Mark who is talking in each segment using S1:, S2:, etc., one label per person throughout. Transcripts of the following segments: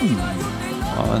S1: Mm, Ja,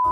S2: a-"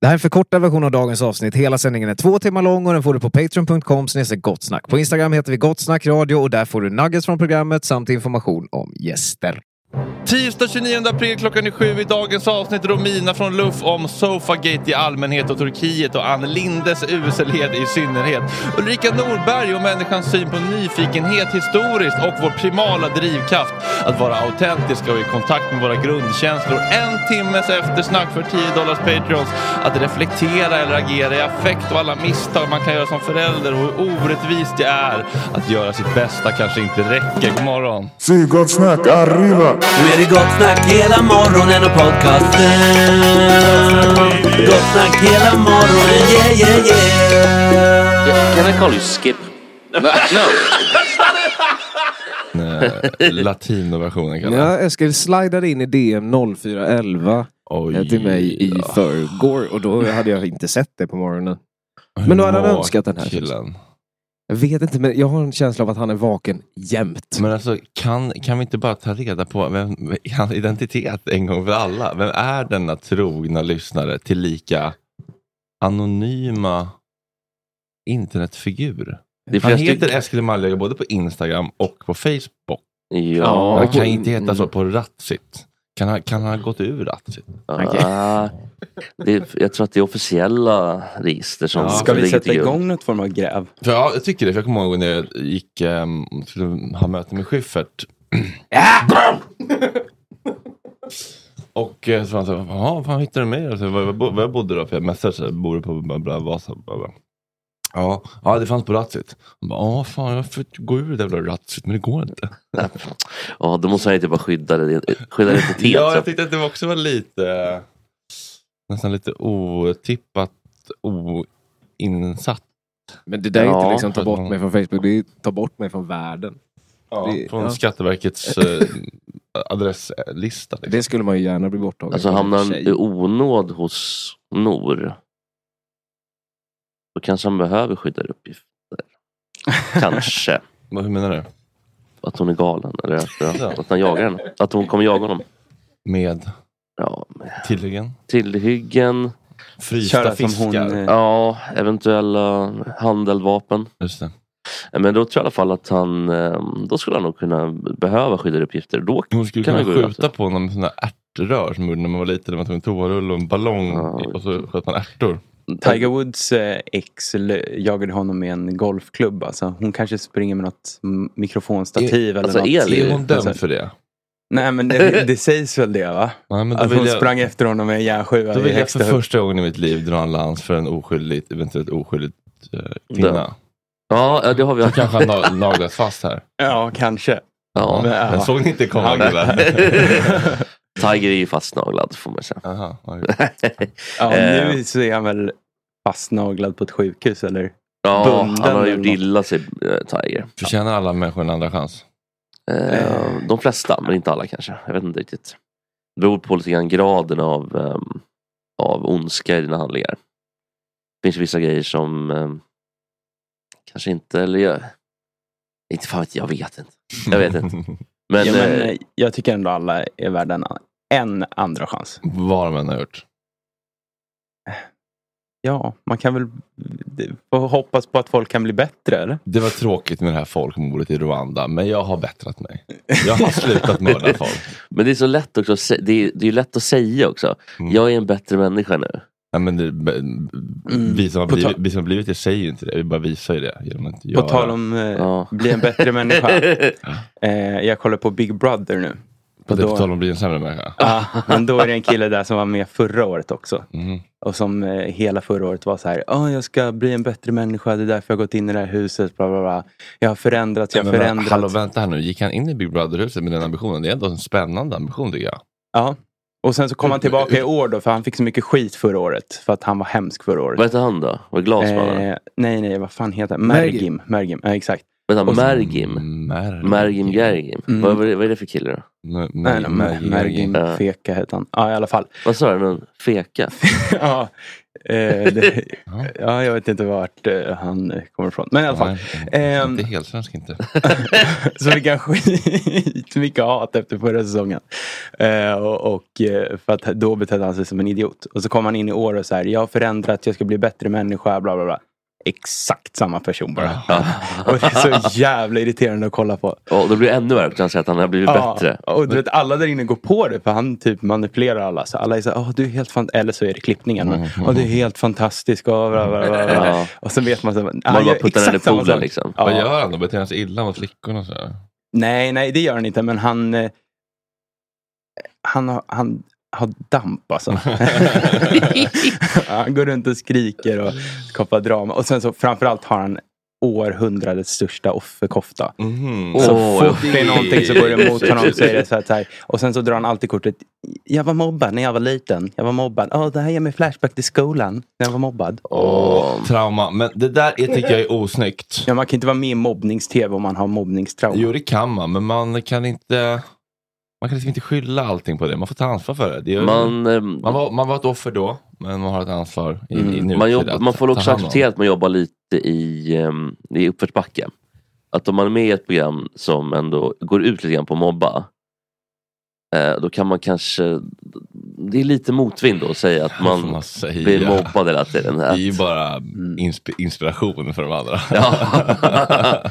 S3: Det här är en förkortad version av dagens avsnitt. Hela sändningen är två timmar lång och den får du på patreon.com snedstreck gottsnack. På Instagram heter vi gottsnack radio och där får du nuggets från programmet samt information om gäster.
S1: Tisdag 29 april klockan är sju i dagens avsnitt Romina från Luff om Sofagate i allmänhet och Turkiet och Ann Lindes uselhet i synnerhet. Ulrika Norberg och människans syn på nyfikenhet historiskt och vår primala drivkraft att vara autentiska och i kontakt med våra grundkänslor. En timmes eftersnack för 10 dollars Patreons. Att reflektera eller agera i affekt och alla misstag man kan göra som förälder och hur orättvist det är att göra sitt bästa kanske inte räcker. God morgon.
S4: Sydgottsnack arriva!
S5: Nu är det gott snack hela morgonen och podcasten.
S4: Gott snack hela morgonen, yeah yeah yeah. Can I call you Skip? no.
S1: Eh, Latinoversionen kallar jag
S3: Ja, Eskil slidade in i DM 0411
S1: Oj.
S3: eh, till mig i förrgår och då hade jag inte sett det på morgonen. Men då hade han önskat den här.
S1: Killen.
S3: Jag vet inte, men jag har en känsla av att han är vaken jämt.
S1: Men alltså, kan, kan vi inte bara ta reda på vem, hans identitet en gång för alla? Vem är denna trogna lyssnare till lika anonyma internetfigur?
S4: De
S1: Han
S4: flesta...
S1: heter Eskil Maljaga både på Instagram och på Facebook.
S4: Ja.
S1: Han kan inte heta så på Ratsit. Kan han, kan han ha gått ur Ratsit?
S4: Ah, det är, jag tror att det är officiella register som
S1: Ja.
S4: som
S1: Ska vi
S4: ligger till
S5: Sätta
S4: grund.
S5: igång något form av gräv.
S1: För ja, jag tycker det. För jag kommer ihåg när jag gick ehm, skulle ha möte med Schyffert. och eh, så var han så här, jaha, var hittade du mig? Alltså, var, var, bo- var jag bodde då? För jag messade så här, bor du på bla, bla, Vasa? Bla, bla. Ja, ja, det fanns på Ratsit. Han bara, ja fan jag får gå ur det där jävla Ratsit, men det går inte.
S4: Ja, då måste han ju typ bara skydda, det- skydda
S5: E
S4: identitet.
S1: Ja,
S4: så
S1: jag
S4: att-
S1: tyckte att det också var lite, eh, nästan lite otippat, oinsatt.
S3: Men det där är inte
S4: Ja.
S3: liksom ta bort mig från Facebook, det är ta bort mig från världen.
S1: Ja,
S3: Det-
S1: från
S3: ja.
S1: Skatteverkets eh, adresslista. Liksom.
S3: Det skulle man ju gärna bli borttagen
S4: Alltså
S3: från, i och
S4: hamnar
S3: för
S4: han
S3: sig.
S4: i onåd hos Nor då kanske han behöver skyddade uppgifter. Kanske.
S1: Vad- Hur menar du?
S4: Att hon är galen eller att, att han jagar henne. Att hon kommer jaga honom.
S1: Med
S4: Ja, med
S1: tilläggen?
S4: tillhyggen,
S1: Frysta
S5: som hon,
S1: fiskar.
S5: eh,
S4: ja, eventuella handeldvapen.
S1: Just det.
S4: Men då tror jag i alla fall att han, eh, då skulle han nog kunna behöva skyddade uppgifter. Då
S1: Hon skulle
S4: Kan
S1: kunna
S4: vi gå ur
S1: skjuta på honom med sådana ärtrör som man gjorde när man var liten. När man tog en toarulle och en ballong
S4: Ja.
S1: i- och så sköt man ärtor.
S5: Tiger Woods eh, ex l- jagade honom med en golfklubb. Alltså, hon kanske springer med något m- mikrofonstativ eller
S4: alltså,
S5: något.
S4: är det-
S1: Är hon dömd
S5: Alltså,
S1: för det?
S5: Nej men det, det sägs väl det va?
S1: Nej, men då
S5: Att
S1: vill
S5: hon
S1: jag,
S5: sprang efter honom med en järnsjua
S1: då
S5: i
S1: vill jag för
S5: högsta hugg.
S1: första gången i mitt liv dra en lans för en oskyldigt, eventuellt oskyldigt eh, kvinna.
S4: Ja, ja, det har vi.
S1: Så kanske han na- naglas fast här.
S5: Ja, kanske.
S4: Ja.
S5: Men, ja.
S1: Men eh, såg ni inte komma
S5: Ja.
S1: killar?
S4: Tiger är ju fastnaglad får man säga.
S1: Aha, oj.
S5: Ja,
S4: Eh.
S5: nu så är han väl fastnaglad på ett sjukhus eller?
S4: Ja,
S5: Bunden
S4: han har
S5: eller
S4: gjort
S5: något.
S4: illa sig, eh, Tiger.
S1: Förtjänar alla människor en andra chans?
S4: Eh, de flesta, men inte alla kanske. Jag vet inte riktigt. Det beror på lite grann graden av, ehm, av ondska i dina handlingar. Det finns vissa grejer som ehm, kanske inte, eller jag, inte fan vet jag, jag vet inte. Jag vet inte. Men,
S5: ja, men,
S4: eh,
S5: eh, jag tycker ändå alla är värda en, an- en andra chans.
S1: Vad de än har gjort.
S5: Ja, man kan väl det- få hoppas på att folk kan bli bättre eller?
S1: Det var tråkigt med det här folkmordet i Rwanda, men jag har bättrat mig. Jag har slutat mörda folk.
S4: men det är så lätt också, att sä- det är, det är ju lätt att säga också.
S1: Mm.
S4: Jag är en bättre människa nu.
S1: Nej, men det, b- vi, som har
S5: På tal-
S1: blivit, vi som har blivit det säger ju inte det, vi bara visar ju det. Genom att
S5: På
S1: göra.
S5: tal om eh,
S4: Ja.
S5: bli en bättre människa. Eh, jag kollar på Big Brother nu.
S1: på,
S5: och då-
S1: på tal om att bli en sämre människa.
S5: Ja, men då är det en kille där som var med förra året också.
S1: Mhm.
S5: Och som eh, hela förra året var så här, "Ah, jag ska bli en bättre människa, det är därför jag har gått in i det här huset, bla bla bla. Jag har förändrats, jag har
S1: Men, men,
S5: förändrats.
S1: hallå, vänta här nu, gick han in i Big Brother-huset med den ambitionen? Det är ändå en spännande ambition tycker jag.
S5: Ja. Och sen så kom han tillbaka i år då, för han fick så mycket skit förra året. För att han var hemsk förra året.
S4: Vad heter han då? Vad glas var han?
S5: Eh, nej, nej, vad fan heter han? Mergim. Mergim, ja exakt.
S4: Vänta,
S5: och så-
S4: Mergim?
S1: Mer-
S4: Mergim Gergim?
S5: Mm.
S4: Vad, vad, är det- vad är det för kille då?
S1: Mer-
S5: Nej,
S1: Mer-
S5: nej,
S1: Mer-
S5: Mergim
S4: Ja.
S5: Feka hette han. Ja, i alla fall.
S4: Vad sa du? Någon feka?
S5: ja, eh, det,
S1: Ja.
S5: ja, jag vet inte vart eh, han eh, kommer ifrån. Men i alla fall.
S1: Nej,
S5: Ehm.
S1: Inte helt svensk inte.
S5: Så vi kan skitmycket hat efter förra säsongen. Eh, och, och eh, för att då betedde han sig som en idiot. Och så kom han in i år och så här, jag har förändrat, jag ska bli bättre människa, bla bla bla. Exakt samma person bara. och det är så jävla irriterande att kolla på.
S4: Ja, det blir ännu värre kan jag säga att han har blivit bättre.
S5: Ja, och du vet, alla där inne går på det för han typ manipulerar alla. Så alla är så här, "Åh, du är helt fan-" eller så är det klippningen. Men, "Åh, du är helt fantastisk och bla bla bla. bla.
S4: Mm, Ja.
S5: Och så vet man så här, "Ah,
S4: Man bara
S5: jag är
S4: puttar den i
S5: exakt samma
S4: poolen,
S5: sak."
S4: liksom.
S5: Ja.
S1: Vad gör han då? Beter han sig illa mot flickorna? Så här?
S5: Nej, nej, det gör han inte. Men han, eh, han, har, han har damp alltså. han går runt och skriker och skapar drama. Och sen så framförallt har han århundradets största offerkofta.
S1: Mhm.
S5: Så
S4: Åh,
S5: fort det är någonting som går emot
S4: Jesus.
S5: honom så är det så här, så här. Och sen så drar han alltid kortet. Jag var mobbad när jag var liten. Jag var mobbad. Åh, det här ger mig flashback till skolan. När jag var mobbad.
S1: Åh, trauma. Men det där är, tycker jag är osnyggt.
S5: Ja, man kan inte vara med i mobbnings-tv om man har mobbningstrauma.
S1: Jo, det kan man, men man kan inte... Man kan liksom inte skylla allting på det. Man får ta ansvar för det. det är, man,
S4: Man, ehm,
S1: var, man var ett offer då, men man har ett ansvar i,
S5: Mm.
S1: i nutid.
S4: man,
S1: att
S4: jobb, man får
S1: ta
S4: också
S1: hand om.
S4: acceptera att man jobbar lite i, ehm, i uppförsbacke. Att om man är med i ett program som ändå går ut lite grann på att mobba. eh, Då kan man kanske... Det är lite motvind då att säga att
S1: Vad får
S4: man
S1: säga?
S4: blir mobbad hela tiden.
S1: Det är ju
S4: Att,
S1: bara insp inspiration för de andra.
S4: ja.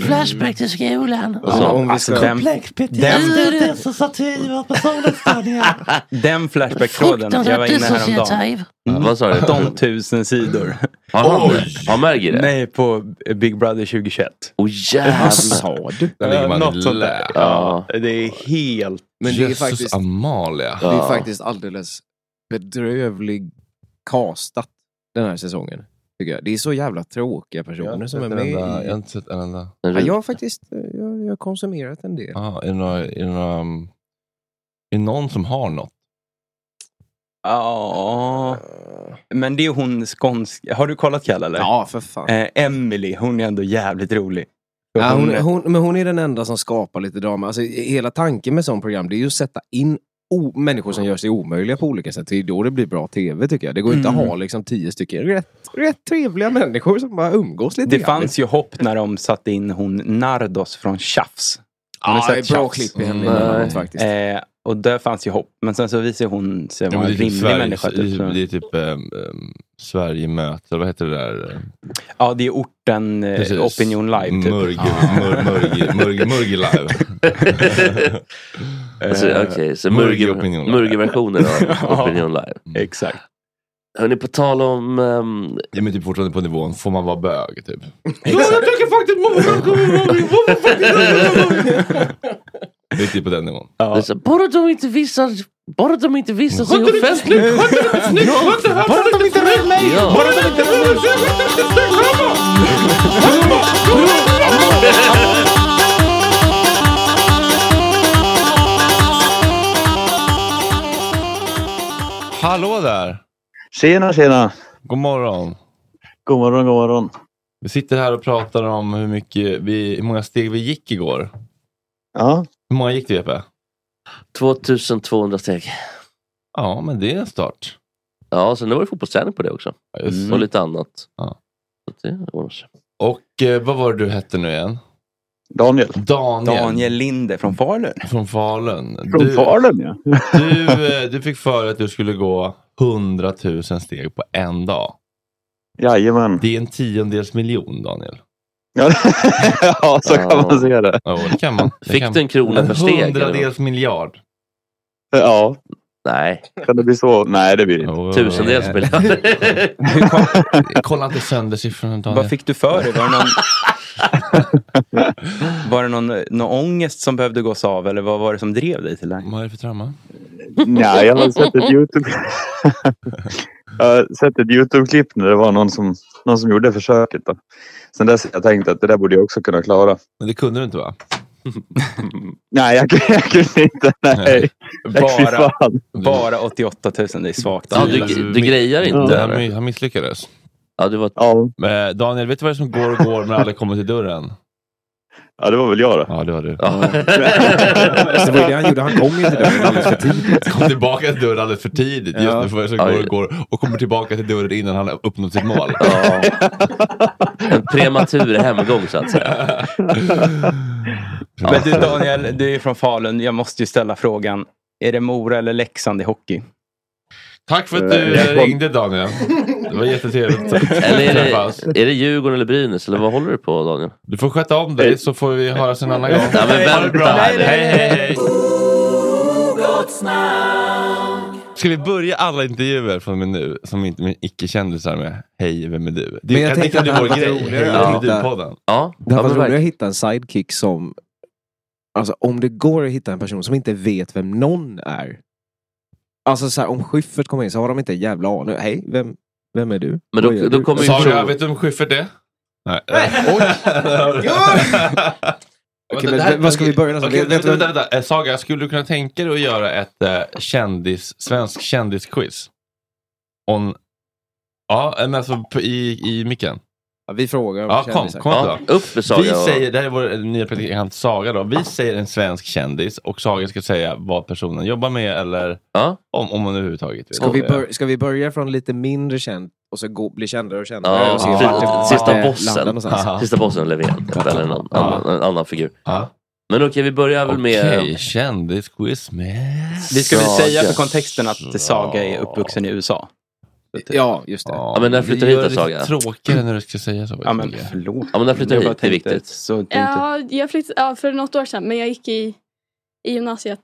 S4: Flashback till skolan. Och så.
S3: om vi
S5: Alltså, den, den, den flashback-tråden, jag var inne häromdagen.
S4: Vad sa du?
S5: 18 000 sidor.
S4: Har han det? Han märker det?
S5: Nej, på Big Brother 2021.
S4: Åh jävlar.
S3: sa du?
S1: Där ligger man
S5: Något
S1: i
S5: sånt
S1: lä.
S5: där.
S4: Ja.
S5: Det är helt...
S3: Men det är
S1: Jesus
S3: faktiskt,
S1: Amalia.
S3: det är
S4: Ja.
S3: faktiskt alldeles bedrövlig castat den här säsongen. Tycker jag. Det är så jävla tråkiga
S1: Jag har
S3: personer
S1: inte
S3: som
S1: sett en
S3: är med
S1: enda- Jag har
S3: i...
S1: inte sett en enda.
S3: Ja, jag har faktiskt jag, jag har konsumerat en del.
S1: Ah, är, det några, är, det några, um, är det någon som har något?
S5: Ja. Men det är hon skånsk... Har du kollat Kalle eller?
S3: Ja, för fan.
S5: Eh, Emily, hon är ändå jävligt rolig. För
S3: Ja, hon,
S5: är-
S3: hon, men hon är den enda som skapar lite drama. Alltså, hela tanken med sånt program det är ju att sätta in o- människor som gör sig omöjliga på olika sätt. Det är då det blir bra tv tycker jag. Det går inte
S5: Mm.
S3: att ha liksom, tio stycken rätt, rätt trevliga människor som bara umgås lite
S5: det
S3: grann.
S5: fanns ju hopp när de satte in hon Nardos från Tjafs. Har ni
S3: Ja,
S5: sett
S3: det är bra
S5: Tjafs?
S3: klipp i henne
S1: Mm.
S3: emellanåt faktiskt.
S5: Eh, och där fanns ju hopp. Men sen så visade hon sig vara
S1: men
S5: en
S1: det är typ
S5: rimlig
S1: Sverige,
S5: människa.
S1: det är
S5: Typ.
S1: typ, det är typ um, um, Sverige möter, vad heter det där?
S5: Ja, det är orten eh,
S1: Precis.
S5: Opinion Live. Typ.
S1: Murg, mur, murg, murg, murg live.
S4: Alltså,
S1: Eh,
S5: Eh,
S4: Okej, så
S1: Murgi
S4: Murgi-
S1: Opinion Live.
S4: Murgi-versionen av
S5: Ja.
S4: Opinion Live.
S5: Exakt.
S4: Hörni, på tal om... ehm,
S1: Det är men typ fortfarande på nivån, får man vara bög typ?
S5: Exakt.
S1: Det är typ på den nivån.
S4: det är så, bara de inte visar... Bara de inte visar sig offentligt! Ja.
S1: Hallå där!
S6: Tjena, tjena.
S1: God morgon.
S6: God morgon, god morgon.
S1: Vi sitter här och pratar om hur, mycket vi, hur många steg vi gick igår.
S6: Ja,
S1: Hur många gick du Jeppe?
S4: 2200 steg.
S1: Ja, men det är en start.
S4: Ja, sen var det fotbollsträning på det också. Mm.
S1: Ja, just det.
S4: Och lite annat.
S1: Ja.
S4: Så det ordnar sig.
S1: Och eh, vad var det du hette nu igen?
S6: Daniel.
S1: Daniel,
S5: Daniel Linde från Falun.
S1: från Falun.
S6: Från
S1: Du-
S6: Falun, ja.
S1: Du, eh, du fick för att du skulle gå 100 000 steg på en dag.
S6: Jajamän.
S1: Det är en tiondels miljon, Daniel.
S6: Ja, ja, så kan man se det.
S1: Ja, det kan man. Det
S4: Fick
S1: kan
S4: du en
S1: man.
S4: krona per steg,
S1: En
S4: eller?
S1: hundradels miljard.
S6: Ja,
S4: Nej,
S6: kan det bli så? Nej, det blir det inte.
S1: Oh,
S4: tusendels miljard.
S5: Hur kom,
S1: Kolla inte sönder siffrorna, Daniel.
S5: vad fick du för dig? Var det någon, var det någon, någon ångest som behövde gås av? Eller vad var det som drev dig till det? här?
S1: Vad är det för trauma?
S6: Nej, jag har sett ett YouTube... jag har sett ett YouTube-klipp när det var någon som, någon som gjorde försöket. Då. Sen dess har jag tänkt att det där borde jag också kunna klara.
S1: Men det kunde du inte, va?
S6: Nej, jag, jag kunde inte. Nej, fy
S5: Bara,
S6: fan.
S5: bara 88 000, det är svagt.
S4: Ja, du,
S1: Alltså,
S4: du grejar inte.
S1: Det här,
S4: eller?
S1: mi- han misslyckades.
S4: Ja, du var...
S6: Ja,
S1: Eh, Daniel, vet du vad det är som går och går men aldrig kommer till dörren?
S6: ja, det var väl jag då.
S1: Ja, det var du.
S3: Så det var det han gjorde. Han kom ju till dörren alldeles för tidigt.
S1: Kom tillbaka till dörren alldeles för tidigt. Just
S3: Ja.
S1: nu får jag som
S4: Aj.
S1: går och går och kommer tillbaka till dörren innan han har uppnått sitt mål.
S4: Ja. En prematur hemgång så att säga.
S5: Men du Daniel, du är från Falun. Jag måste ju ställa frågan. Är det Mora eller Leksand i hockey?
S1: Tack för att du
S6: Eh, Jag kom-
S1: ringde, Daniel. Det var jättetrevligt att
S4: Eller är
S1: träffas.
S4: det, är det Djurgården eller Brynäs? Eller vad håller du på Daniel?
S1: Du får sköta om dig så får vi höras en annan gång.
S4: Nej, men
S1: Ha det bra.
S4: vänta här nu.
S1: Hej, hej, hej. Ska vi börja alla intervjuer från och med nu, som inte med icke-kändisar med Hej, vem är du? Det,
S3: Men jag tänker att
S1: det
S3: det hade
S1: är vår
S3: varit
S1: grej.
S3: roligare
S1: Hej,
S3: att
S1: vem är
S3: hitta-
S1: du-podden.
S4: Ja,
S3: Det
S4: ja, men
S3: hade varit roligare att
S4: verkligen.
S3: hitta en sidekick som... Alltså om det går att hitta en person som inte vet vem någon är. Alltså så här, om Schyffert kommer in så har de inte en jävla aning. Hej, vem, vem är du?
S4: Men då-
S3: Vad gör
S4: då
S3: du?
S4: kommer ju-
S1: Sa
S4: tror-
S1: du, vet du vem Schyffert är? Nej.
S3: Okej, men vad ska vi börja någonstans?
S1: Okej,
S3: Vet- vet
S1: vänta,
S3: du-
S1: vänta, vänta. Eh, Saga, skulle du kunna tänka dig att göra ett eh, kändis, svensk kändisquiz? On... Ja, eh, men alltså på- i, i micken.
S3: vi frågar om
S1: Ja, kom,
S3: kändisar.
S1: kom
S3: Ja,
S1: då.
S3: upp med Saga
S1: Vi
S3: och-
S1: säger, det här är vår eh, nya praktikant Saga då. Vi säger en svensk kändis och Saga ska säga vad personen jobbar med eller om, om hon överhuvudtaget vill.
S3: Ska vi,
S1: Eh,
S3: bör- ska vi börja från lite mindre känd och så gå, bli kändare och kändare?
S4: Ja,
S3: och se
S4: fint.
S3: vart det- vart
S4: sista,
S3: det landar
S4: bossen.
S3: någonstans?
S4: sista bossen Löfven, eller en annan, annan, en annan figur. Men okej, vi börjar väl med...
S1: Okej, kändisquiz med...
S5: Vi ska väl säga för
S4: Saga.
S5: kontexten att Saga är uppvuxen i USA.
S3: Ja, just det.
S4: Ja, men när flyttar hit då, Saga?
S1: Tråkigare när du ska säga så.
S5: Ja, men förlåt.
S4: Ja, men när flyttar
S5: Jag
S4: hit,
S5: bara
S4: det är
S5: tänkte
S4: viktigt.
S5: Så dumt.
S7: Ja, jag flyttade, ja, för något år sedan, men jag gick i, i gymnasiet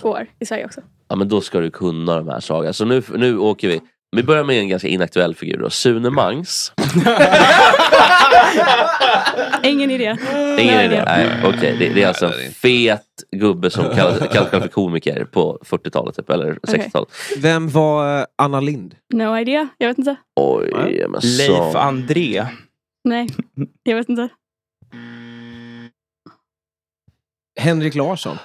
S7: två år i Sverige också.
S4: Ja, men då ska du kunna de här Saga. Så nu, nu åker vi. Vi börjar med en ganska inaktuell figur då. Sune Mangs.
S7: Ingen idé.
S4: Ingen idé. Nej, okej. Det, det är alltså en fet gubbe som kallas kallas själv för komiker på 40-talet typ, eller 60-talet.
S3: Vem var eh, Anna Lind?
S7: No idea. Jag vet inte.
S4: Oj, men
S5: Leif
S4: så.
S5: André.
S7: Nej, jag vet inte.
S3: Henrik Larsson?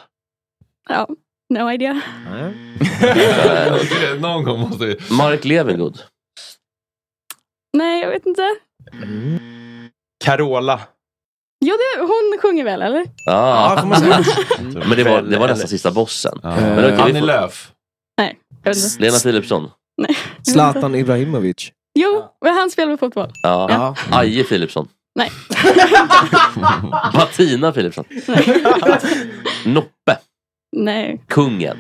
S7: Ja, no idea.
S1: Eh, Någon gång måste vi...
S4: Mark Levengood.
S7: Nej, jag vet inte.
S5: Carola.
S7: Ja, det, hon sjunger väl, eller?
S4: Ah.
S3: Ja, får man säga.
S4: men det var, det var nästan sista bossen. Men okej, vi
S1: Annie
S4: får-
S1: Lööf.
S7: Nej, jag vet inte.
S4: Lena Philipsson.
S3: Zlatan Ibrahimovic?
S7: Jo, men han spelar väl fotboll?
S4: Ja. Aje Philipsson.
S7: Nej.
S4: Martina Philipsson. Noppe.
S7: Nej.
S4: Kungen.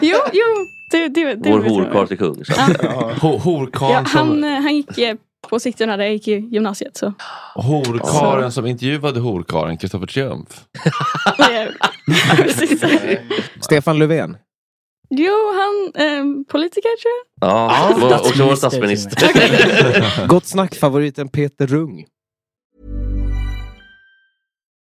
S7: Jo, jo. Det, det, det
S4: Vår
S7: vet jag.
S4: horkarl till kung. Så.
S7: Ja.
S1: Ho- Horkarn
S7: Ja, han,
S1: som,
S7: eh, han gick eh, på sikten när jag gick i gymnasiet. Så.
S1: horkaren som intervjuade horkaren, Kristoffer Triumf.
S7: Nej, precis.
S3: Stefan Löfven?
S7: jo, han eh, politiker tror jag.
S4: Ja, vår- också vår statsminister.
S3: Gott snack-favoriten Peter Rung?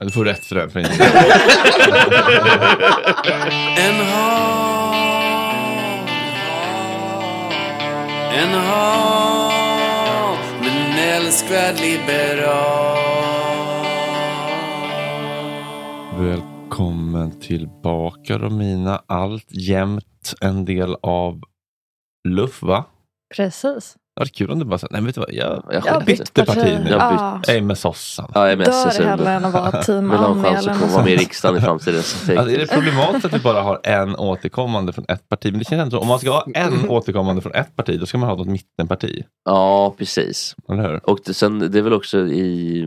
S1: Ja, Du får rätt för det. För inte.
S8: En hav, en hav, men älskvärd liberal.
S1: Välkommen tillbaka Romina. Allt jämt en del av Luff, va?
S9: Precis.
S1: Det var kul om du bara sa, nej vet du vad, jag,
S4: Jag
S9: har bytt
S1: bytte
S9: parti.
S1: parti nu.
S9: Jag har bytt.
S1: Jag är med sossarna.
S4: Ja, jag är med
S9: Dör
S4: SSU.
S9: hellre än att vara team
S4: Vill ha en
S9: Annie
S4: chans
S9: eller
S4: att
S9: något
S4: komma med i
S9: sånt.
S4: riksdagen i framtiden. så tänk-
S1: Alltså, är det problematiskt att vi bara har en återkommande från ett parti? Men det känns ändå som, om man ska ha en återkommande från ett parti, då ska man ha något mittenparti.
S4: Ja, precis.
S1: Eller hur?
S4: Och det, sen, det är väl också i...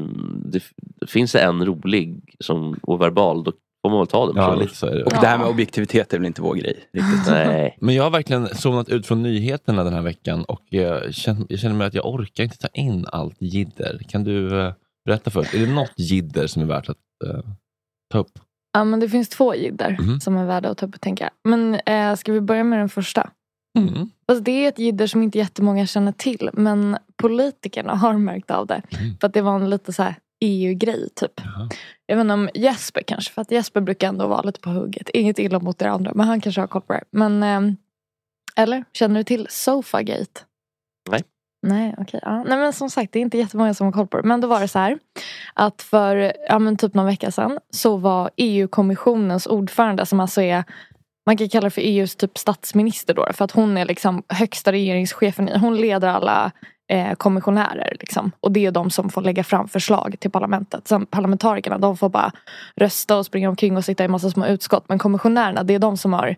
S4: Det, f- finns det en rolig som, och verbal, då får man väl ta den.
S5: Ja,
S4: personen.
S5: lite så är det. Och det här med objektivitet är väl inte vår grej. Riktigt.
S4: Nej.
S1: Men jag har verkligen zonat ut från nyheterna den här veckan och jag känner, jag känner mig att jag orkar inte ta in allt jidder. Kan du eh, berätta för oss, är det något jidder som är värt att eh, ta upp?
S9: Ja, men det finns två jidder
S1: Mhm.
S9: som är värda att ta upp och tänka. Men eh, ska vi börja med den första? Fast det är ett jidder som inte jättemånga känner till. Men politikerna har märkt av det. För att det var en lite så här EU-grej typ. Jag vet inte om Jesper kanske. För att Jesper brukar ändå vara lite på hugget. Inget illa mot er andra. Men han kanske har koll på det. Men, ehm, eller? Känner du till Sofagate?
S4: Nej.
S9: Nej, okej. Ja. Nej, men som sagt, det är inte jättemånga som har koll på det. Men då var det så här. Att för ja, men typ någon vecka sedan så var EU-kommissionens ordförande, som alltså är man kan kalla det för EUs typ statsminister då. För att hon är liksom högsta regeringschefen. i- Hon leder alla eh, kommissionärer. Liksom. Och det är de som får lägga fram förslag till parlamentet. Sen parlamentarikerna de får bara rösta och springa omkring och sitta i massa små utskott. Men kommissionärerna det är de som har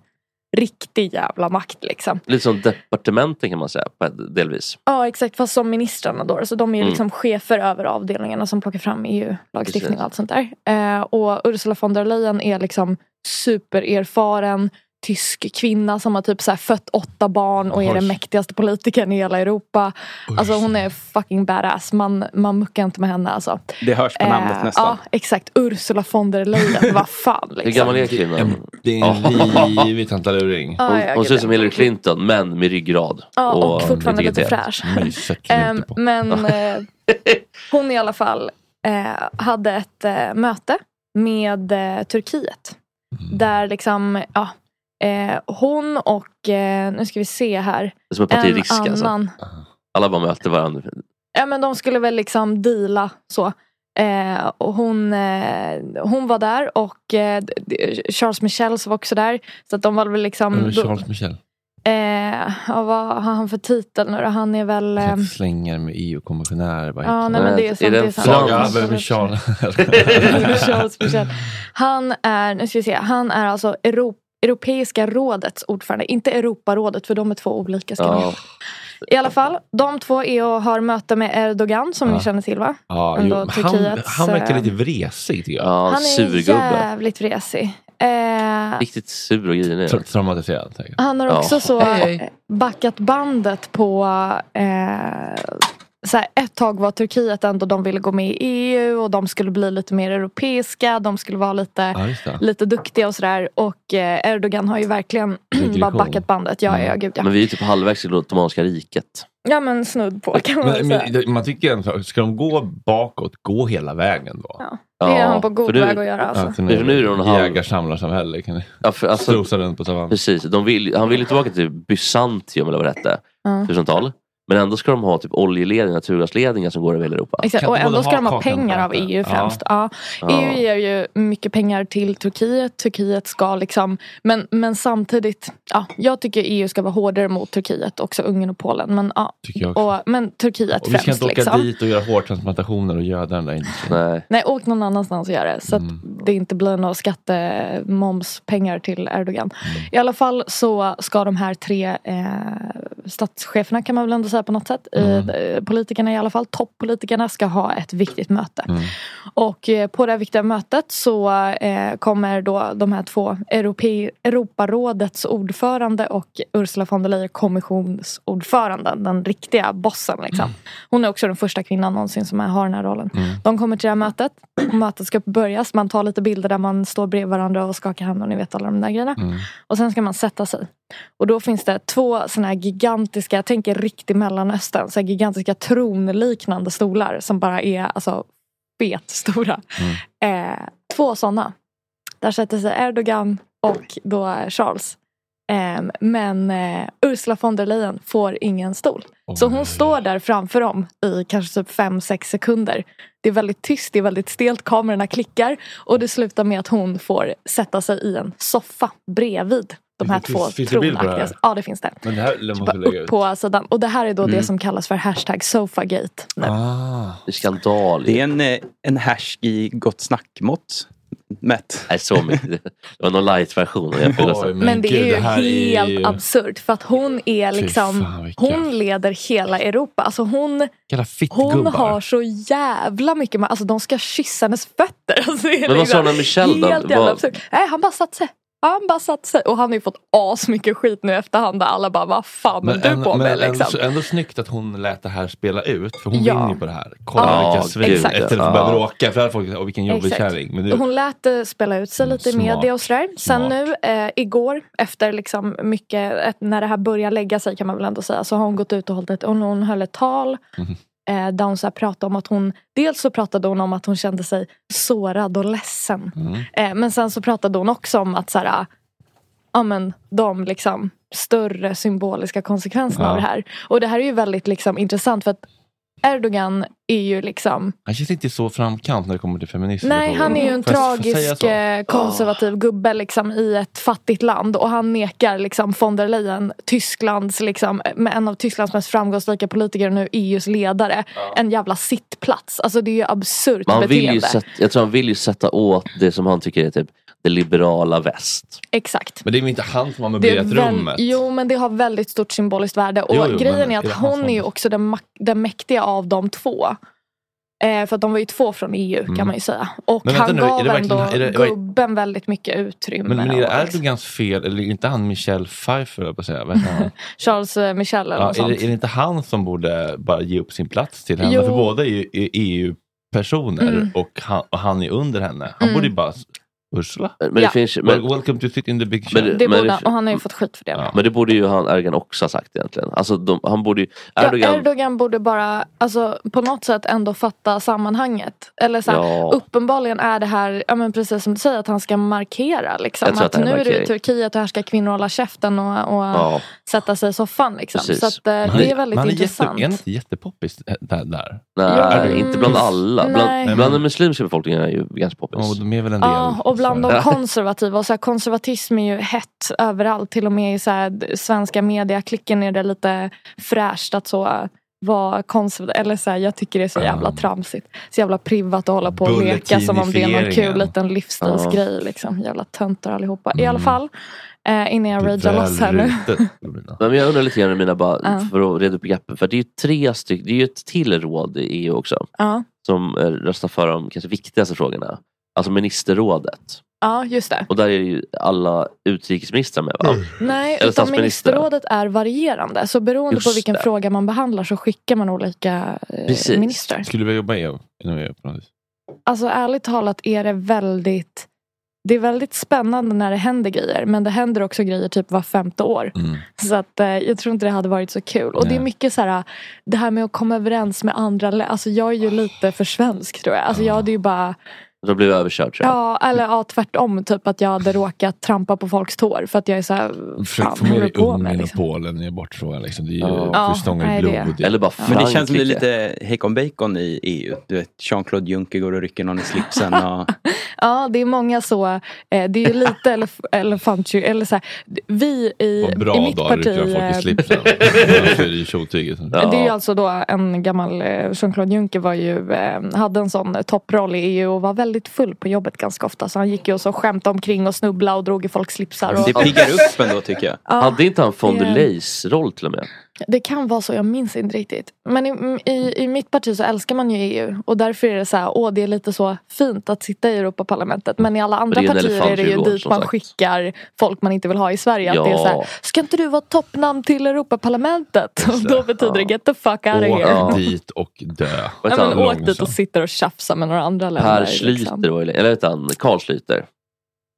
S9: riktig jävla makt liksom.
S4: Lite som departementen kan man säga, på ett- delvis.
S9: Ja exakt, fast som ministrarna då. Så de är ju
S4: Mm.
S9: liksom chefer över avdelningarna som plockar fram EU-lagstiftning
S4: Precis.
S9: och allt sånt där. Eh, och Ursula von der Leyen är liksom supererfaren tysk kvinna som har typ så här fött åtta barn och är
S10: Oj.
S9: den mäktigaste politikern i hela Europa. Alltså hon är fucking badass. Man, man muckar inte med henne alltså.
S5: Det hörs på namnet
S9: Eh,
S5: nästan.
S9: Ja exakt, Ursula von der Leyen. Vad fan liksom.
S4: kvinnan?
S11: Det är en livig tantaluring.
S9: Ja, jag
S4: Hon, hon ser ut som
S9: gillar
S4: Hillary Clinton, men med ryggrad.
S9: Ja, och fortfarande lite
S4: integritet.
S9: fräsch. Ehm, men eh, hon i alla fall eh, hade ett eh, möte med eh, Turkiet.
S4: Mm.
S9: Där liksom, ja, eh, hon och, eh, nu ska vi se här.
S4: Det är som en partirisk alltså. Alla bara möter varandra.
S9: Ja men de skulle väl liksom deala så. Eh, och hon, eh, hon var där och eh, d- d- Charles Michel var också där. Så att de var väl liksom...
S11: Mm,
S9: då-
S11: Charles Michel.
S9: eh, ja, vad har han för titel nu då? Han är väl...
S11: Jag kan
S9: ehm,
S11: inte slänga med EU-kommissionär. vad
S9: Ja,
S11: heter
S9: nej, men det är
S11: han?
S9: sant, det är sant.
S11: Saga
S9: Frans?
S11: med Charles.
S9: Charles Michel. Han är, nu ska vi se, han är alltså Euro, Europeiska rådets ordförande. Inte Europarådet för de är två olika. Ska ni
S11: Ja.
S9: veta. I alla fall, de två är och har möte med Erdogan som
S11: Ja.
S9: ni känner till va?
S11: Ja, jo,
S9: Ändå
S11: men han,
S9: Turkiets,
S11: han verkar
S9: eh,
S11: lite vresig tycker jag.
S4: Ja,
S9: han är jävligt vresig. Eh,
S4: Riktigt sur och grinig.
S11: Tra- traumatiserad. säkert.
S9: han har Ah, också
S11: Ja.
S9: så
S11: Hej,
S9: backat bandet på eh, så här, ett tag var Turkiet ändå, de ville gå med i EU och de skulle bli lite mer europeiska, de skulle vara lite,
S11: Ja, just det.
S9: lite duktiga och sådär. Och eh, Erdogan har ju verkligen bara
S4: Regression.
S9: backat bandet. Ja,
S11: Mm.
S9: ja, gud ja.
S4: Men vi är ju typ halvvägs i det Ottomanska riket.
S9: Ja men snudd på kan man väl
S11: Men,
S9: säga.
S11: men, det- man tycker en sak, ska de gå bakåt, gå hela vägen då?
S9: Ja. Det är han på god väg att göra alltså.
S4: För nu är hon halv-
S11: Jägar-samlarsamhälle. Kan ni
S4: Ja, för, alltså,
S11: strosa runt på savannen.
S4: Precis, de vill, han vill ju tillbaka till Bysantium eller vad det hette.
S9: Ja.
S4: Tusental. Men ändå ska de ha typ oljeledningar, naturgasledningar som går över hela Europa.
S9: Exakt. Och ändå ska de ha pengar av EU främst. Ja.
S4: Ja.
S9: EU ger ju mycket pengar till Turkiet. Turkiet ska liksom, men, men samtidigt, ja, jag tycker EU ska vara hårdare mot Turkiet, också Ungern och Polen. Men, ja.
S11: Tycker jag också.
S9: och, men Turkiet
S11: Och vi
S9: främst.
S11: ska inte åka
S9: liksom.
S11: dit och göra hårtransplantationer och göda den där industrin.
S4: Nej.
S9: Nej, åk någon annanstans och gör det. Så att det inte blir några skattemomspengar till Erdogan. I alla fall så ska de här tre eh, statscheferna kan man väl ändå säga på något sätt.
S10: Mm.
S9: Eh, politikerna i alla fall, toppolitikerna ska ha ett viktigt möte. Och eh, på det här viktiga mötet så eh, kommer då de här två Europe- Europarådets ordförande och Ursula von der Leyen kommissionsordföranden, den riktiga bossen. Liksom. Hon är också den första kvinnan någonsin som har den här rollen. De kommer till det här mötet. Och mötet ska börjas. Man tar lite bilder där man står bredvid varandra och skakar hand och ni vet alla de där grejerna. Och sen ska man sätta sig. Och då finns det två såna här gigantiska, jag tänker riktigt Mellanöstern, så här gigantiska tronliknande stolar som bara är alltså fetstora.
S11: Mm.
S9: Eh, två sådana. Där sätter sig Erdogan och då Charles. Ehm, men eh, Ursula von der Leyen får ingen stol. så hon står där framför dem i kanske typ 5-6 sekunder. Det är väldigt tyst, det är väldigt stelt, kamerorna klickar och det slutar med att hon får sätta sig i en soffa bredvid de här
S11: Finns-
S9: två
S11: finns det bild på det här?
S9: tronaktiga. Ja, det finns det.
S11: Men det här måste vi lägga ut.
S9: På sidan. Och det här är då det
S11: Mm.
S9: som kallas för hashtag sofagate.
S5: Ah.
S4: Det är skandal.
S5: Det är en, eh, en hash i gott snackmått. Mätt.
S4: Nej, så mycket. Det var någon light-version. av den här podden.
S9: Alltså, Men, det är ju helt absurt för att hon är
S4: Fy
S9: liksom,
S4: fan, vilka-
S9: hon leder hela Europa. Alltså hon,
S11: Jävla
S9: hon
S11: fittgubbar.
S9: har så jävla mycket makt. Alltså de ska kyssa hennes fötter. Alltså, det är
S4: Men vad sa
S9: liksom
S4: den här Michel då?
S9: Helt jävla
S4: Vad-
S9: absurt. Nej, han bara satte sig. Han bara satt sig och han har ju fått asmycket skit nu i efterhand där alla bara vad fan men, du
S1: en-
S9: på med
S1: men ändå-
S9: liksom.
S1: ändå snyggt att hon lät det här spela ut, för hon
S9: Ja.
S1: vinner ju på det här. Kolla
S4: Ja,
S1: vilka svin,
S4: exakt.
S1: istället för att
S4: Ja.
S1: börja bråka. För då hade folk sagt, "Åh, vilken jobbig
S9: Exakt.
S1: kärring. Men nu,
S9: Hon lät det spela ut sig lite i
S1: Smart.
S9: media och sådär. Sen nu eh, igår efter liksom mycket, ett- när det här börjar lägga sig kan man väl ändå säga, så har hon gått ut och hållit ett, hon, hon höll ett tal eh, där hon så här pratade om att hon, dels så pratade hon om att hon kände sig sårad och ledsen.
S1: Mm.
S9: Eh, men sen så pratade hon också om att så här, ah, ja men de liksom större symboliska konsekvenserna
S1: Ja.
S9: av det här. Och det här är ju väldigt liksom intressant för att Erdogan är ju liksom
S1: han känns inte så framkant när det kommer till feminism.
S9: Nej, han är ju en
S1: Får jag- får jag säga
S9: tragisk
S1: så? Ah.
S9: eh, konservativ gubbe liksom, i ett fattigt land. Och han nekar liksom, von der Leyen, Tysklands, liksom, med en av Tysklands mest framgångsrika politiker och nu EUs ledare,
S1: Ah.
S9: en jävla sittplats. Alltså det är ju absurt
S4: Man vill
S9: beteende.
S4: ju sätta, jag tror han vill ju sätta åt det som han tycker är typ det liberala väst.
S9: Exakt.
S1: Men det är ju inte han som har
S9: Det är
S1: möblerat
S9: väl-
S1: rummet.
S9: Jo men det har väldigt stort symboliskt värde. Och
S1: Jo, jo,
S9: grejen
S1: men
S9: är
S1: är
S9: att
S1: det han
S9: hon
S1: som-
S9: är ju också den, mak- den mäktiga av de två. Eh, för att de var ju två från EU
S1: Mm.
S9: kan man ju säga. Och
S1: Men vänta
S9: han
S1: nu, är
S9: gav
S1: det verkligen-
S9: ändå
S1: är det- är det-
S9: gubben väldigt mycket utrymme.
S1: Men, men är det
S9: och liksom-
S1: Erdogans fel, eller är inte han Michelle Pfeiffer? höll jag på att säga? Vad heter han?
S9: Charles eh, Michel eller
S1: ja,
S9: något
S1: är,
S9: sånt.
S1: det, är det inte han som borde bara ge upp sin plats till henne?
S9: Jo.
S1: För båda är ju är EU-personer
S9: Mm.
S1: och, han, och han är under henne. Han
S9: Mm.
S1: borde ju bara... Ursula?
S4: Men det finns- men-
S1: Wel- Welcome to sit in the big chair.
S4: Men
S9: Det borde,
S4: det-
S9: han- och han har ju fått skit för det. med.
S4: Men det borde ju han Erdogan också ha sagt egentligen. Alltså de, han borde ju, Erdogan,
S9: Ja, Erdogan borde bara alltså, på något sätt ändå fatta sammanhanget. Eller så här,
S4: Ja.
S9: Uppenbarligen är det här, ja, men precis som du säger, att han ska markera. Liksom,
S4: Jag tror att
S9: att
S4: det här är
S9: nu är det
S4: markering.
S9: Turkiet och här ska kvinnor hålla käften och, och
S1: Ja.
S9: sätta sig i soffan. Liksom.
S1: Precis.
S9: Så att, eh,
S1: Men han
S9: det är väldigt
S1: men han
S9: intressant.
S1: Jätte, är han inte jättepoppis eh, där? där?
S4: nej,
S1: Erdogan.
S4: inte bland alla.
S9: nej.
S4: Bland, bland den muslimska befolkningen är ju ganska poppis.
S1: Ja, de är väl en
S9: Ja, och bland de
S4: Ja.
S9: konservativa. Och så här, konservatism är ju hett överallt. Till och med i så här, d- svenska mediaklicken är det lite fräscht att så äh, vara konservativ. Eller så här, jag tycker det är så jävla tramsigt. Så jävla privat att hålla på och leka som om det är någon kul
S10: Bulletinifieringen.
S9: liten livsstilsgrej. Liksom. Jävla töntar allihopa.
S4: Mm.
S9: I alla fall, eh, innan jag
S4: Typ
S9: ragear loss här nu.
S4: Nej, men jag undrar lite grann Romina, bara,
S9: Ja.
S4: för att reda upp begreppen. För det är ju tre stycken, det är ju ett till råd i EU också.
S9: Ja.
S4: Som eh, röstar för de kanske viktigaste frågorna. Alltså ministerrådet.
S9: ja, just det.
S4: Och där är ju alla utrikesministrar med va?
S1: Mm.
S9: Nej,
S4: Eller
S9: utan
S4: statsminister.
S9: ministerrådet är varierande. Så beroende på
S4: Just
S9: vilken
S4: det.
S9: fråga man behandlar så skickar man olika eh, ministrar.
S1: Skulle vi jobba i EU? Inom EU på något vis?
S9: Alltså ärligt talat är det väldigt det är väldigt spännande när det händer grejer men det händer också grejer typ var femte år.
S1: Mm.
S9: Så att, eh, jag tror inte det hade varit så kul. Och det är
S12: Nej.
S9: mycket så här, det här med att komma överens med andra lä- Alltså jag är ju lite för svensk tror jag. Alltså jag hade ju bara,
S4: Då blev jag överkörd tror jag.
S9: ja eller ja, tvärtom typ att jag hade råkat trampa på folks tår för att jag är så här,
S1: Försök
S9: fan
S1: få med
S9: håller
S1: dig
S9: du på med
S1: Ungern
S9: liksom.
S1: och Polen i abortfrågan. Liksom. Det är ju
S9: Ja,
S1: ja. stångar
S9: nej,
S1: i
S9: det-
S1: blod.
S4: Eller bara
S5: Men det känns som det är
S4: Frankrike.
S5: lite hejkon bacon i EU. Du vet, Jean-Claude Juncker går och rycker någon i slipsen. Och...
S9: Ja, det är många så. eh, Det är ju lite elef- elefantju... Eller så här, vi i,
S1: Vad bra
S9: i mitt
S1: då,
S9: parti...
S1: rycker de folk i
S9: eh,
S1: slipsen. Annars är det ju tjotyget.
S9: Det är ju alltså då en gammal, eh, Jean-Claude Juncker var ju, eh, hade en sån topproll i EU och var väldigt full på jobbet ganska ofta. Så han gick ju och så skämtade omkring och snubblade och drog i folks slipsar. Och,
S5: Det piggar upp ändå tycker jag.
S9: Ja.
S4: Hade inte han von
S9: Ja.
S4: der Leys roll till och med?
S9: Det kan vara så, jag minns inte riktigt. Men i, i, i mitt parti så älskar man ju EU och därför är det så här, åh det är lite så fint att sitta i Europaparlamentet. Men i alla andra
S4: Det är en
S9: partier är det ju
S4: elefanttjurgård,
S9: dit
S4: som
S9: man
S4: sagt.
S9: skickar folk man inte vill ha i Sverige. Att det är så här,
S4: Ja.
S9: ska inte du vara toppnamn till Europaparlamentet? Och då betyder det get the fuck out of
S1: Åk
S9: here.
S1: dit och dö.
S9: Ja, men, åk dit och sitter och tjafsar med några andra liksom. länder.
S4: Per Schlüter var ju, eller vet han, Karl Schlüter.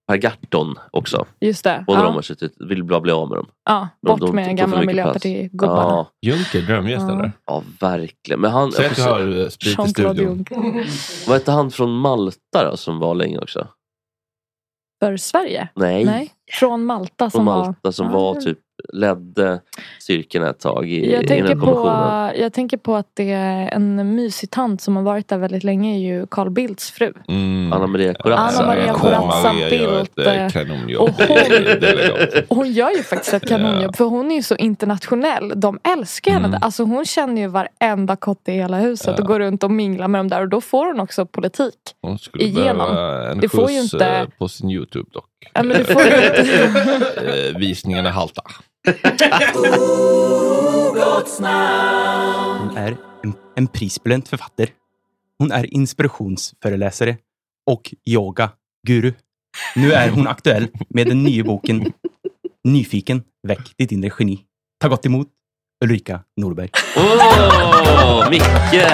S4: Per Gahrton också.
S9: Just det.
S4: Båda
S9: ja.
S4: de har suttit, vill bara bli av med dem.
S9: Ja,
S4: De-
S9: bort
S4: de tog
S9: med
S4: för
S9: gamla
S4: mycket
S9: miljöpartigubbarna.
S4: plats. Ja.
S1: Juncker, drömgäst
S9: Ja. eller?
S4: Ja, verkligen. Men han,
S1: Säg att du
S4: jag får
S1: har,
S4: se-
S1: eh, sprit i Jean-Claude studion.
S4: Vad hette han från Malta då, som var länge också?
S9: För Sverige?
S4: Nej.
S9: Från Malta
S4: Från
S9: som
S4: Malta
S9: var...
S4: som
S9: Ja.
S4: var typ ledde styrkorna ett tag i,
S9: Jag
S4: i den
S9: tänker,
S4: här
S9: på,
S4: kommissionen.
S9: jag tänker på att det är en mysig tant som har varit där väldigt länge är ju Carl Bildts fru.
S1: Mm.
S4: Anna Maria Corazza.
S9: Anna Maria Corazza Bildt. eh,
S1: kanonjobb.
S9: och Och
S4: Mm.
S9: hon gör ju faktiskt ett kanonjobb för hon är ju så internationell. De älskar henne.
S4: Mm.
S9: där. Alltså hon känner ju varenda kotte i hela huset och går runt och minglar med dem där och då får hon också politik.
S1: Hon skulle
S9: Igenom.
S1: behöva en
S9: Det får ju
S1: skjuts,
S9: inte-
S1: eh, på sin YouTube dock.
S9: Ja, men det får ju inte...
S1: Eh, Visningarna halta.
S5: Hon är en, en prisbelönt författare. Hon är inspirationsföreläsare och yoga guru. Nu är hon aktuell med den nya boken Nyfiken, väck ditt inre geni. Ta gott emot Ulrika Norberg.
S4: Åh, Micke!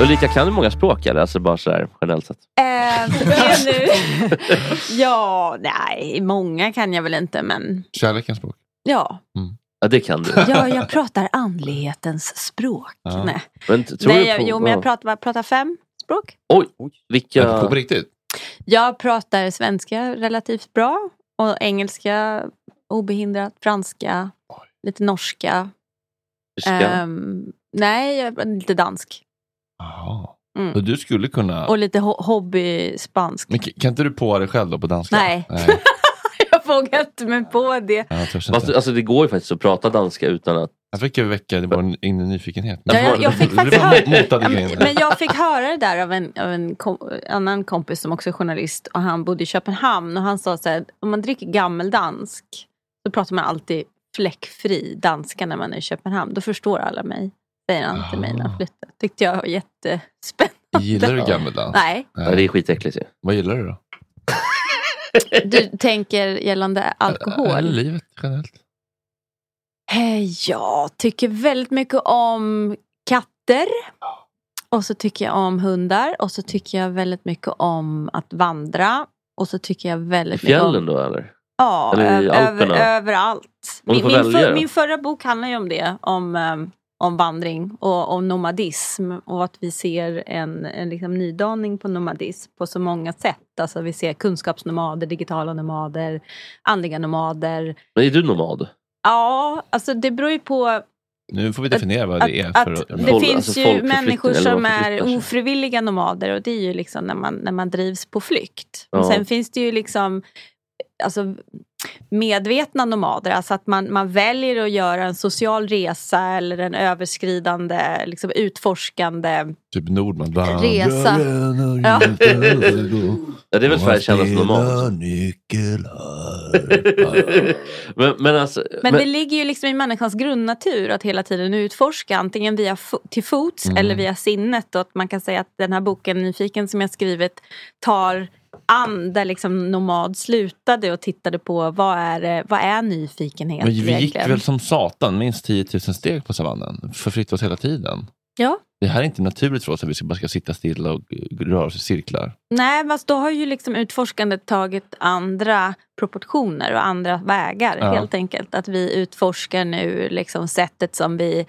S4: Ulrika, kan du många språk eller? Alltså bara sådär generellt sett.
S10: nu? Eh, ja, nej, många kan jag väl inte men
S1: Kärlekens språk.
S10: ja.
S4: Ja, det kan du.
S10: Ja, jag pratar andlighetens språk.
S4: Ja.
S10: Nej,
S4: Men t- tror
S10: nej
S4: du
S10: jag,
S4: på...
S10: jo, men jag
S4: ja.
S10: pratar, vad- pratar fem språk.
S4: Oj, vilka...
S1: På riktigt?
S10: Jag pratar svenska relativt bra och engelska obehindrat, franska, lite norska.
S1: Tyska?
S10: Ehm, nej, jag är lite dansk. Mm.
S1: Så du skulle kunna...
S10: Och lite ho- hobby-spansk.
S1: Men k- kan inte du på dig själv då på danska?
S10: Nej. jag vågar inte mig på det.
S4: Fast, alltså, det går ju faktiskt att prata danska utan att...
S1: Jag fick ju väcka det var en nyfikenhet.
S10: Ja, jag, jag fick faktiskt höra,
S1: Motade
S10: men, men jag fick höra det där av en, av en kom, annan kompis som också är journalist och han bodde i Köpenhamn och han sa så här, om man dricker gammeldansk så pratar man alltid fläckfri danska när man är i Köpenhamn. Då förstår alla mig, säger han till mig när han flyttade. Tyckte jag var jättespännande.
S1: Ah. Gillar du gammeldans?
S10: Nej.
S4: Ja, det är skitäckligt ju.
S1: Vad gillar du då?
S10: Du tänker gällande
S1: Eller
S10: alkohol?
S1: livet generellt.
S10: Eh, Jag tycker väldigt mycket om katter. Och så tycker jag om hundar. Och så tycker jag väldigt mycket om att vandra. Och så tycker jag
S4: I
S10: väldigt mycket
S4: fjällen
S10: om...
S4: då eller?
S10: Ja,
S4: Eller i
S10: ö- över,
S4: Alperna?
S10: överallt.
S4: Om du
S10: Min,
S4: får
S10: min,
S4: välja
S10: för,
S4: då?
S10: min förra bok handlar ju om det. Om, ehm, om vandring och om nomadism. Och att vi ser en, en liksom nydaning på nomadism på så många sätt. Alltså vi ser kunskapsnomader, digitala nomader, andliga nomader.
S4: Men är du nomad?
S10: Ja, alltså det beror ju på
S1: Nu får vi definiera vad det är.
S10: att
S1: För alltså
S10: det finns
S4: alltså,
S10: ju människor som är ofrivilliga nomader och det är ju liksom när man, när man drivs på flykt. Men
S1: Ja.
S10: sen finns det ju liksom alltså, medvetna nomader, alltså att man, man väljer att göra en social resa eller en överskridande, liksom utforskande
S1: Typ Nordman. bla, bla,
S10: resa.
S1: bla.
S10: Ja.
S4: Ja, det är väl för att kännas normalt. men, men alltså...
S10: Men det ligger ju liksom i människans grundnatur att hela tiden utforska, antingen via fo- till fots
S4: Mm.
S10: eller via sinnet. Och att man kan säga att den här boken Nyfiken som jag skrivit tar an där liksom nomad slutade och tittade på vad är, det- vad är nyfikenhet
S1: Men vi gick
S10: egentligen?
S1: väl som satan, minst 10 000 steg på savannen. Förflyttade oss hela tiden.
S10: Ja.
S1: Det här är inte naturligt för oss att vi ska- bara ska sitta stilla och eh, röra oss i cirklar.
S10: Nej, fast då har ju liksom utforskandet tagit andra proportioner och andra vägar
S1: Ja.
S10: helt enkelt. Att vi utforskar nu liksom sättet som vi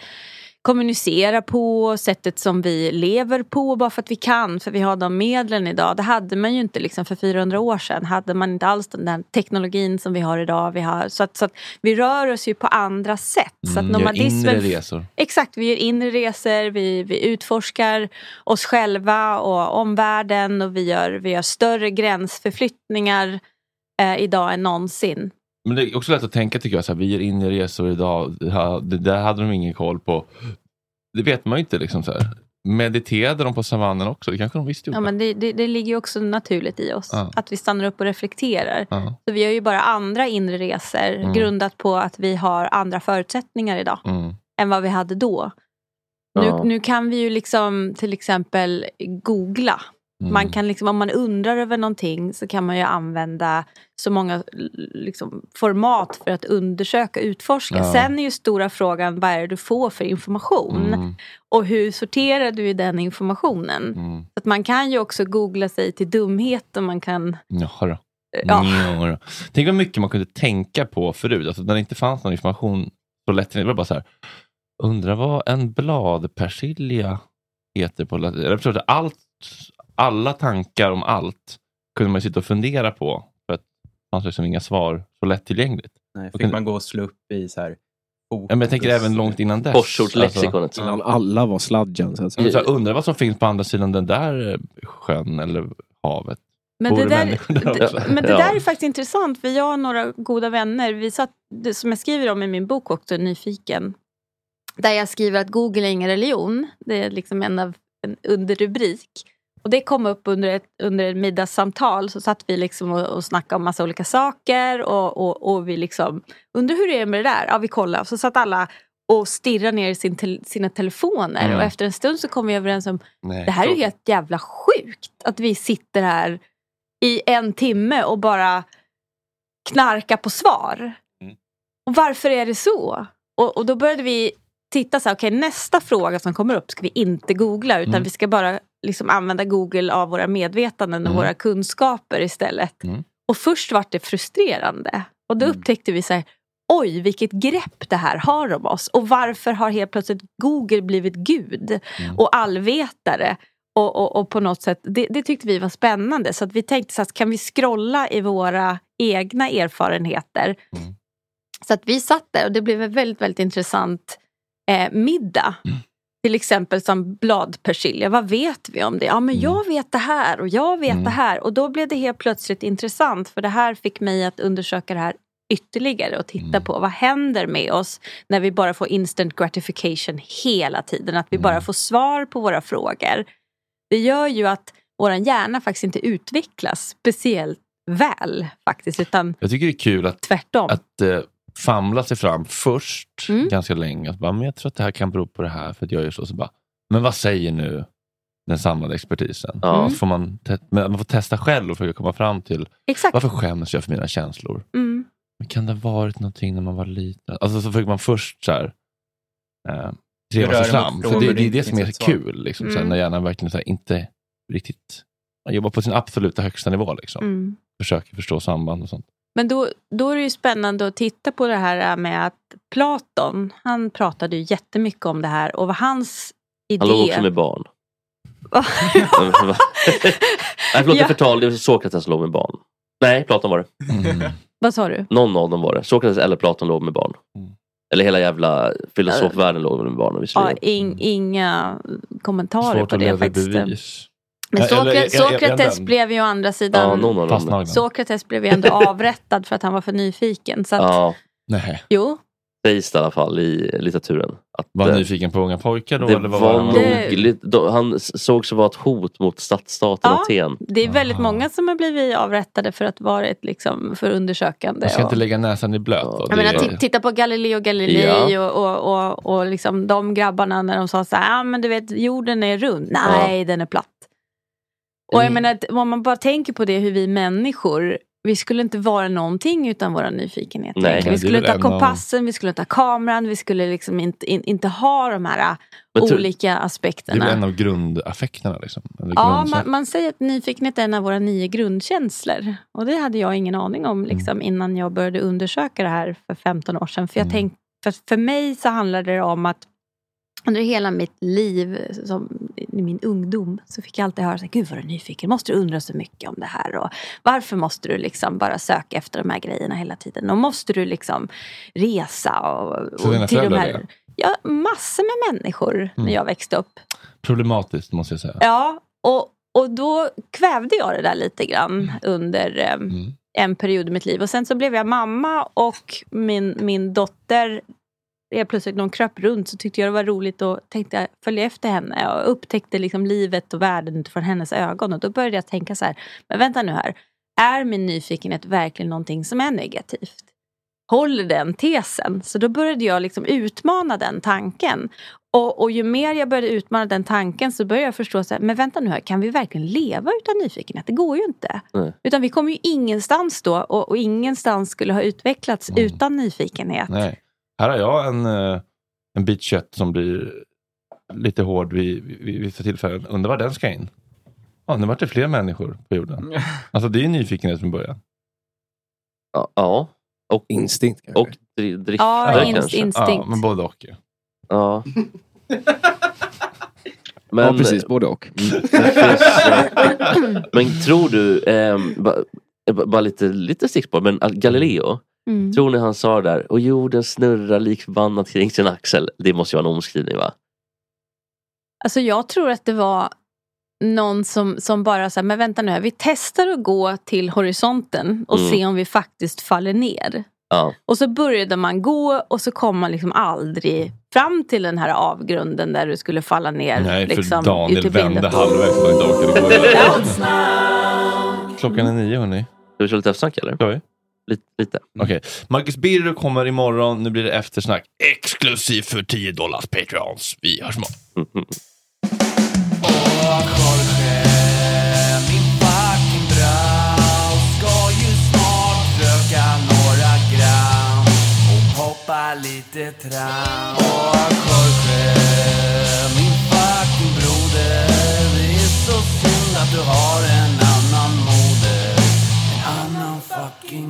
S10: kommunicerar på, sättet som vi lever på bara för att vi kan, för vi har de medlen idag. Det hade man ju inte liksom för 400 år sedan. Hade man inte alls den där teknologin som vi har idag. Vi har, så att, så att vi rör oss ju på andra sätt. Så att
S1: Mm, gör inre
S10: nomadismen
S1: resor.
S10: Exakt, vi gör inre resor, vi, vi utforskar oss själva och omvärlden och vi gör, vi gör större gränsförflyttningar eh, idag än någonsin.
S1: Men det är också lätt att tänka tycker jag, så här, vi gör inre resor idag, det, här, det där hade de ingen koll på. Det vet man ju inte. Liksom, så här. Mediterade de på savannen också? Det kanske de visste
S10: Ja,
S1: gjorde.
S10: men det, det, det ligger ju också naturligt i oss,
S1: Ja.
S10: att vi stannar upp och reflekterar.
S1: Ja.
S10: Så vi gör ju bara andra inre resor
S1: Mm.
S10: grundat på att vi har andra förutsättningar idag.
S1: Mm.
S10: än vad vi hade då.
S1: Ja.
S10: Nu, nu kan vi ju liksom till exempel googla.
S1: Mm.
S10: Man kan liksom, om man undrar över någonting så kan man ju använda så många l- liksom, format för att undersöka och utforska.
S12: Ja.
S10: Sen är ju stora frågan vad är det du får för information?
S1: Mm.
S10: Och hur sorterar du i den informationen?
S1: Mm.
S10: Så att man kan ju också googla sig till dumhet och man kan...
S1: Jaha då.
S10: Eh, Ja.
S1: Nja då. Tänk vad mycket man kunde tänka på förut. Alltså, när det inte fanns någon information så lätt. Det var bara så här. Undrar vad en bladpersilja heter på latin. Eller förstår du, Allt, alla tankar om allt kunde man ju sitta och fundera på. För att det fanns liksom inga svar så lättillgängligt.
S5: Nej,
S1: Och
S5: fick
S1: kunde-
S5: man gå och slå upp i så här
S1: Ja, men jag tänker även långt innan dess. Alltså-
S4: Korsordslexikonet.
S3: Innan alla var sladjan. Så att säga.
S1: Så jag undrar vad som finns på andra sidan den där eh, sjön eller havet.
S10: Men
S1: Bor
S10: det, där,
S1: människor där också?
S10: d- men det där är faktiskt intressant, för jag och några goda vänner, vi satt, det som jag skriver om i min bok också, Nyfiken, där jag skriver att Google är ingen religion, det är liksom en, av, en underrubrik. Och det kom upp under ett, under ett middagssamtal. Så satt vi liksom och, och snackade om massa olika saker. Och, och, och vi liksom, undrar hur det är med det där? Ja, vi kollar. Så satt alla och stirrade ner i sin tel- sina telefoner.
S12: Mm.
S10: Och efter en stund så kom vi överens om,
S12: Nej,
S10: det här är ju
S12: klart.
S10: helt jävla sjukt. Att vi sitter här i en timme och bara knarkar på svar.
S12: Mm.
S10: Och varför är det så? Och, och då började vi titta så här, okej nästa fråga som kommer upp ska vi inte googla utan
S12: Mm.
S10: vi ska bara liksom använda Google av våra medvetanden och
S12: Mm.
S10: våra kunskaper istället.
S12: Mm.
S10: Och först var det frustrerande. Och då upptäckte vi så här, oj vilket grepp det här har om oss. Och varför har helt plötsligt Google blivit gud och allvetare? Och, och, och på något sätt, det, det tyckte vi var spännande. Så att vi tänkte så här, kan vi scrolla i våra egna erfarenheter? Så att vi satt där och det blev en väldigt, väldigt intressant eh, middag. Till exempel som bladpersilja, vad vet vi om det? Ja men jag vet det här och jag vet det här. Och då blev det helt plötsligt intressant för det här fick mig att undersöka det här ytterligare och titta på vad händer med oss när vi bara får instant gratification hela tiden. Att vi bara får svar på våra frågor. Det gör ju att vår hjärna faktiskt inte utvecklas speciellt väl faktiskt utan
S11: Jag tycker det är kul att,
S10: Tvärtom.
S11: att eh, famla sig fram först
S10: Mm.
S11: ganska länge. Att bara, men jag tror att det här kan bero på det här för att jag är så. så bara, men vad säger nu den samlade expertisen?
S10: Ja.
S11: Så Får man, te- men man får testa själv och försöka komma fram till
S10: Exakt.
S11: varför skäms jag för mina känslor?
S10: mm.
S11: Men kan det ha varit någonting när man var liten? Alltså så försöker man först så här, eh,
S5: Du rör
S11: treva sig
S5: dig
S11: fram.
S5: mot
S11: För
S5: frågor
S11: det, det är
S5: det
S11: det
S5: inte
S11: som är
S5: finns ett svar.
S11: kul. Liksom, så här,
S5: Mm.
S11: när hjärnan verkligen så här, inte riktigt man jobbar på sin absoluta högsta nivå. Liksom.
S10: Mm.
S11: Försöker förstå samband och sånt.
S10: Men då, då är det ju spännande att titta på det här med att Platon, han pratade ju jättemycket om det här och vad hans idé...
S4: Han låg också med barn. Nej förlåt,
S10: Ja.
S4: jag förtal. Det var Sokrates som låg med barn. Nej, Platon var det.
S11: Mm.
S10: Vad sa du?
S4: Någon av dem var det. Sokrates eller Platon låg med barn.
S11: Mm.
S4: Eller hela jävla filosofvärlden låg väl med barn
S10: Ja,
S4: visserligen.
S10: in, inga kommentarer på det faktiskt. Men
S4: Ja, eller-
S10: Sokra-
S4: är- är- är
S10: Sokrates
S4: den-
S10: blev ju å andra
S4: Ja,
S10: sidan...
S4: någon av dem. Fastnagna.
S10: Sokrates blev ju ändå avrättad för att han var för nyfiken. Så att,
S4: Ja,
S10: jo,
S4: sägs det i alla fall i litteraturen. Att,
S11: Var
S4: eh,
S11: han nyfiken på unga pojkar då?
S4: det
S11: eller vad
S4: var
S11: han?
S4: nog, lite- de- han såg sig vara ett hot mot stadsstaten
S10: Ja,
S4: Aten.
S10: det är väldigt många som har blivit avrättade för att vara ett, liksom, för undersökande.
S11: Man ska
S10: och-
S11: inte lägga näsan i blöt. Då.
S10: Jag
S11: Det
S10: menar,
S11: är-
S10: ti- titta på Galileo Galilei och, och, och, och liksom de grabbarna när de sa så här, ah, men du vet jorden är rund. Nej, den är platt. Och jag
S11: Mm.
S10: menar, att om man bara tänker på det hur vi människor, vi skulle inte vara någonting utan våra nyfikenhet.
S4: Nej.
S10: egentligen.
S4: Nej,
S10: vi
S4: det är
S10: skulle
S4: väl
S10: inte ha
S4: en av-
S10: kompassen, vi skulle inte ha kameran, vi skulle liksom inte, in, inte ha de här
S11: Men tror-
S10: olika
S11: det är
S10: aspekterna.
S11: väl en av grundaffekterna? Liksom, eller
S10: Ja,
S11: grundkänslan.
S10: man, man säger att nyfikenhet är en av våra nio grundkänslor. Och det hade jag ingen aning om liksom,
S11: Mm.
S10: innan jag började undersöka det här för 15 år sedan. För, jag tänk, för, för mig så handlade det om att under hela mitt liv, som, i min ungdom, så fick jag alltid höra så här, gud vad du är nyfiken, måste du undra så mycket om det här? Och varför måste du liksom bara söka efter de här grejerna hela tiden? Och måste du liksom resa? Och,
S11: Så dina
S10: och till de
S11: föräldrar
S10: här,
S11: det?
S10: ja, massor med människor när
S11: Mm.
S10: jag växte upp.
S11: Problematiskt måste jag säga.
S10: Ja, och, och då kvävde jag det där lite grann under eh, en period i mitt liv. Och sen så blev jag mamma och min, min dotter, jag plötsligt när hon kröp runt så tyckte jag det var roligt och tänkte jag följa efter henne och upptäckte liksom livet och världen utifrån hennes ögon. Och då började jag tänka så här, men vänta nu här, är min nyfikenhet verkligen någonting som är negativt? håller den tesen. Så då började jag liksom utmana den tanken. Och, och ju mer jag började utmana den tanken så började jag förstå så här, men vänta nu här, kan vi verkligen leva utan nyfikenhet? Det går ju inte.
S4: Nej.
S10: Utan vi kommer ju ingenstans då och, och ingenstans skulle ha utvecklats utan nyfikenhet.
S11: Nej. Här har jag en, eh, en bit kött som blir lite hård vid, vid, vid vissa tillfällen. Undrar var den ska in? Ja, nu vart det fler människor på jorden. Alltså det är ju nyfikenhet från början.
S4: Ja. ja. Och
S3: instinkt
S4: Och dri- drift.
S10: Ja,
S4: där
S10: inst-
S4: kanske.
S10: instinkt. Ja, men
S11: både och.
S4: Ja.
S3: Ja, precis, både och.
S4: Mm, Men tror du, ehm, ba- eh, ba- bara lite, lite stickspår, men att Galileo,
S10: Mm.
S4: tror ni han sa det där, och jorden snurrar lik förbannat kring sin axel. Det måste ju vara en omskrivning va?
S10: Alltså jag tror att det var någon som, som bara sa, men vänta nu här, vi testar att gå till horisonten och
S4: Mm.
S10: se om vi faktiskt faller ner.
S4: Ja.
S10: Och så började man gå och så kom man liksom aldrig fram till den här avgrunden där du skulle falla ner.
S11: Nej, för
S10: liksom,
S11: Daniel
S10: i typ
S11: vände
S10: indet.
S11: halvvägs och inte orkade gå. Klockan är nio, hörni.
S4: Ska vi köra lite eftersnack eller?
S11: Ska vi?
S4: Lite. lite.
S11: Okej. Marcus Birro kommer imorgon. Nu blir det eftersnack. Exklusivt för 10 dollars Patreons. Vi hörs imorgon.
S4: Mm,
S8: Lite tram Och Jorge, min fucking broder Det är så synd att du har en annan moder En annan fucking